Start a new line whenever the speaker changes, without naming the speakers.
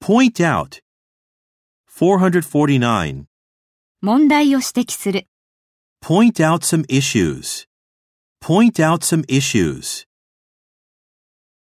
Point out. 449.
問題を指摘する。
Point out some issues. Point out some issues.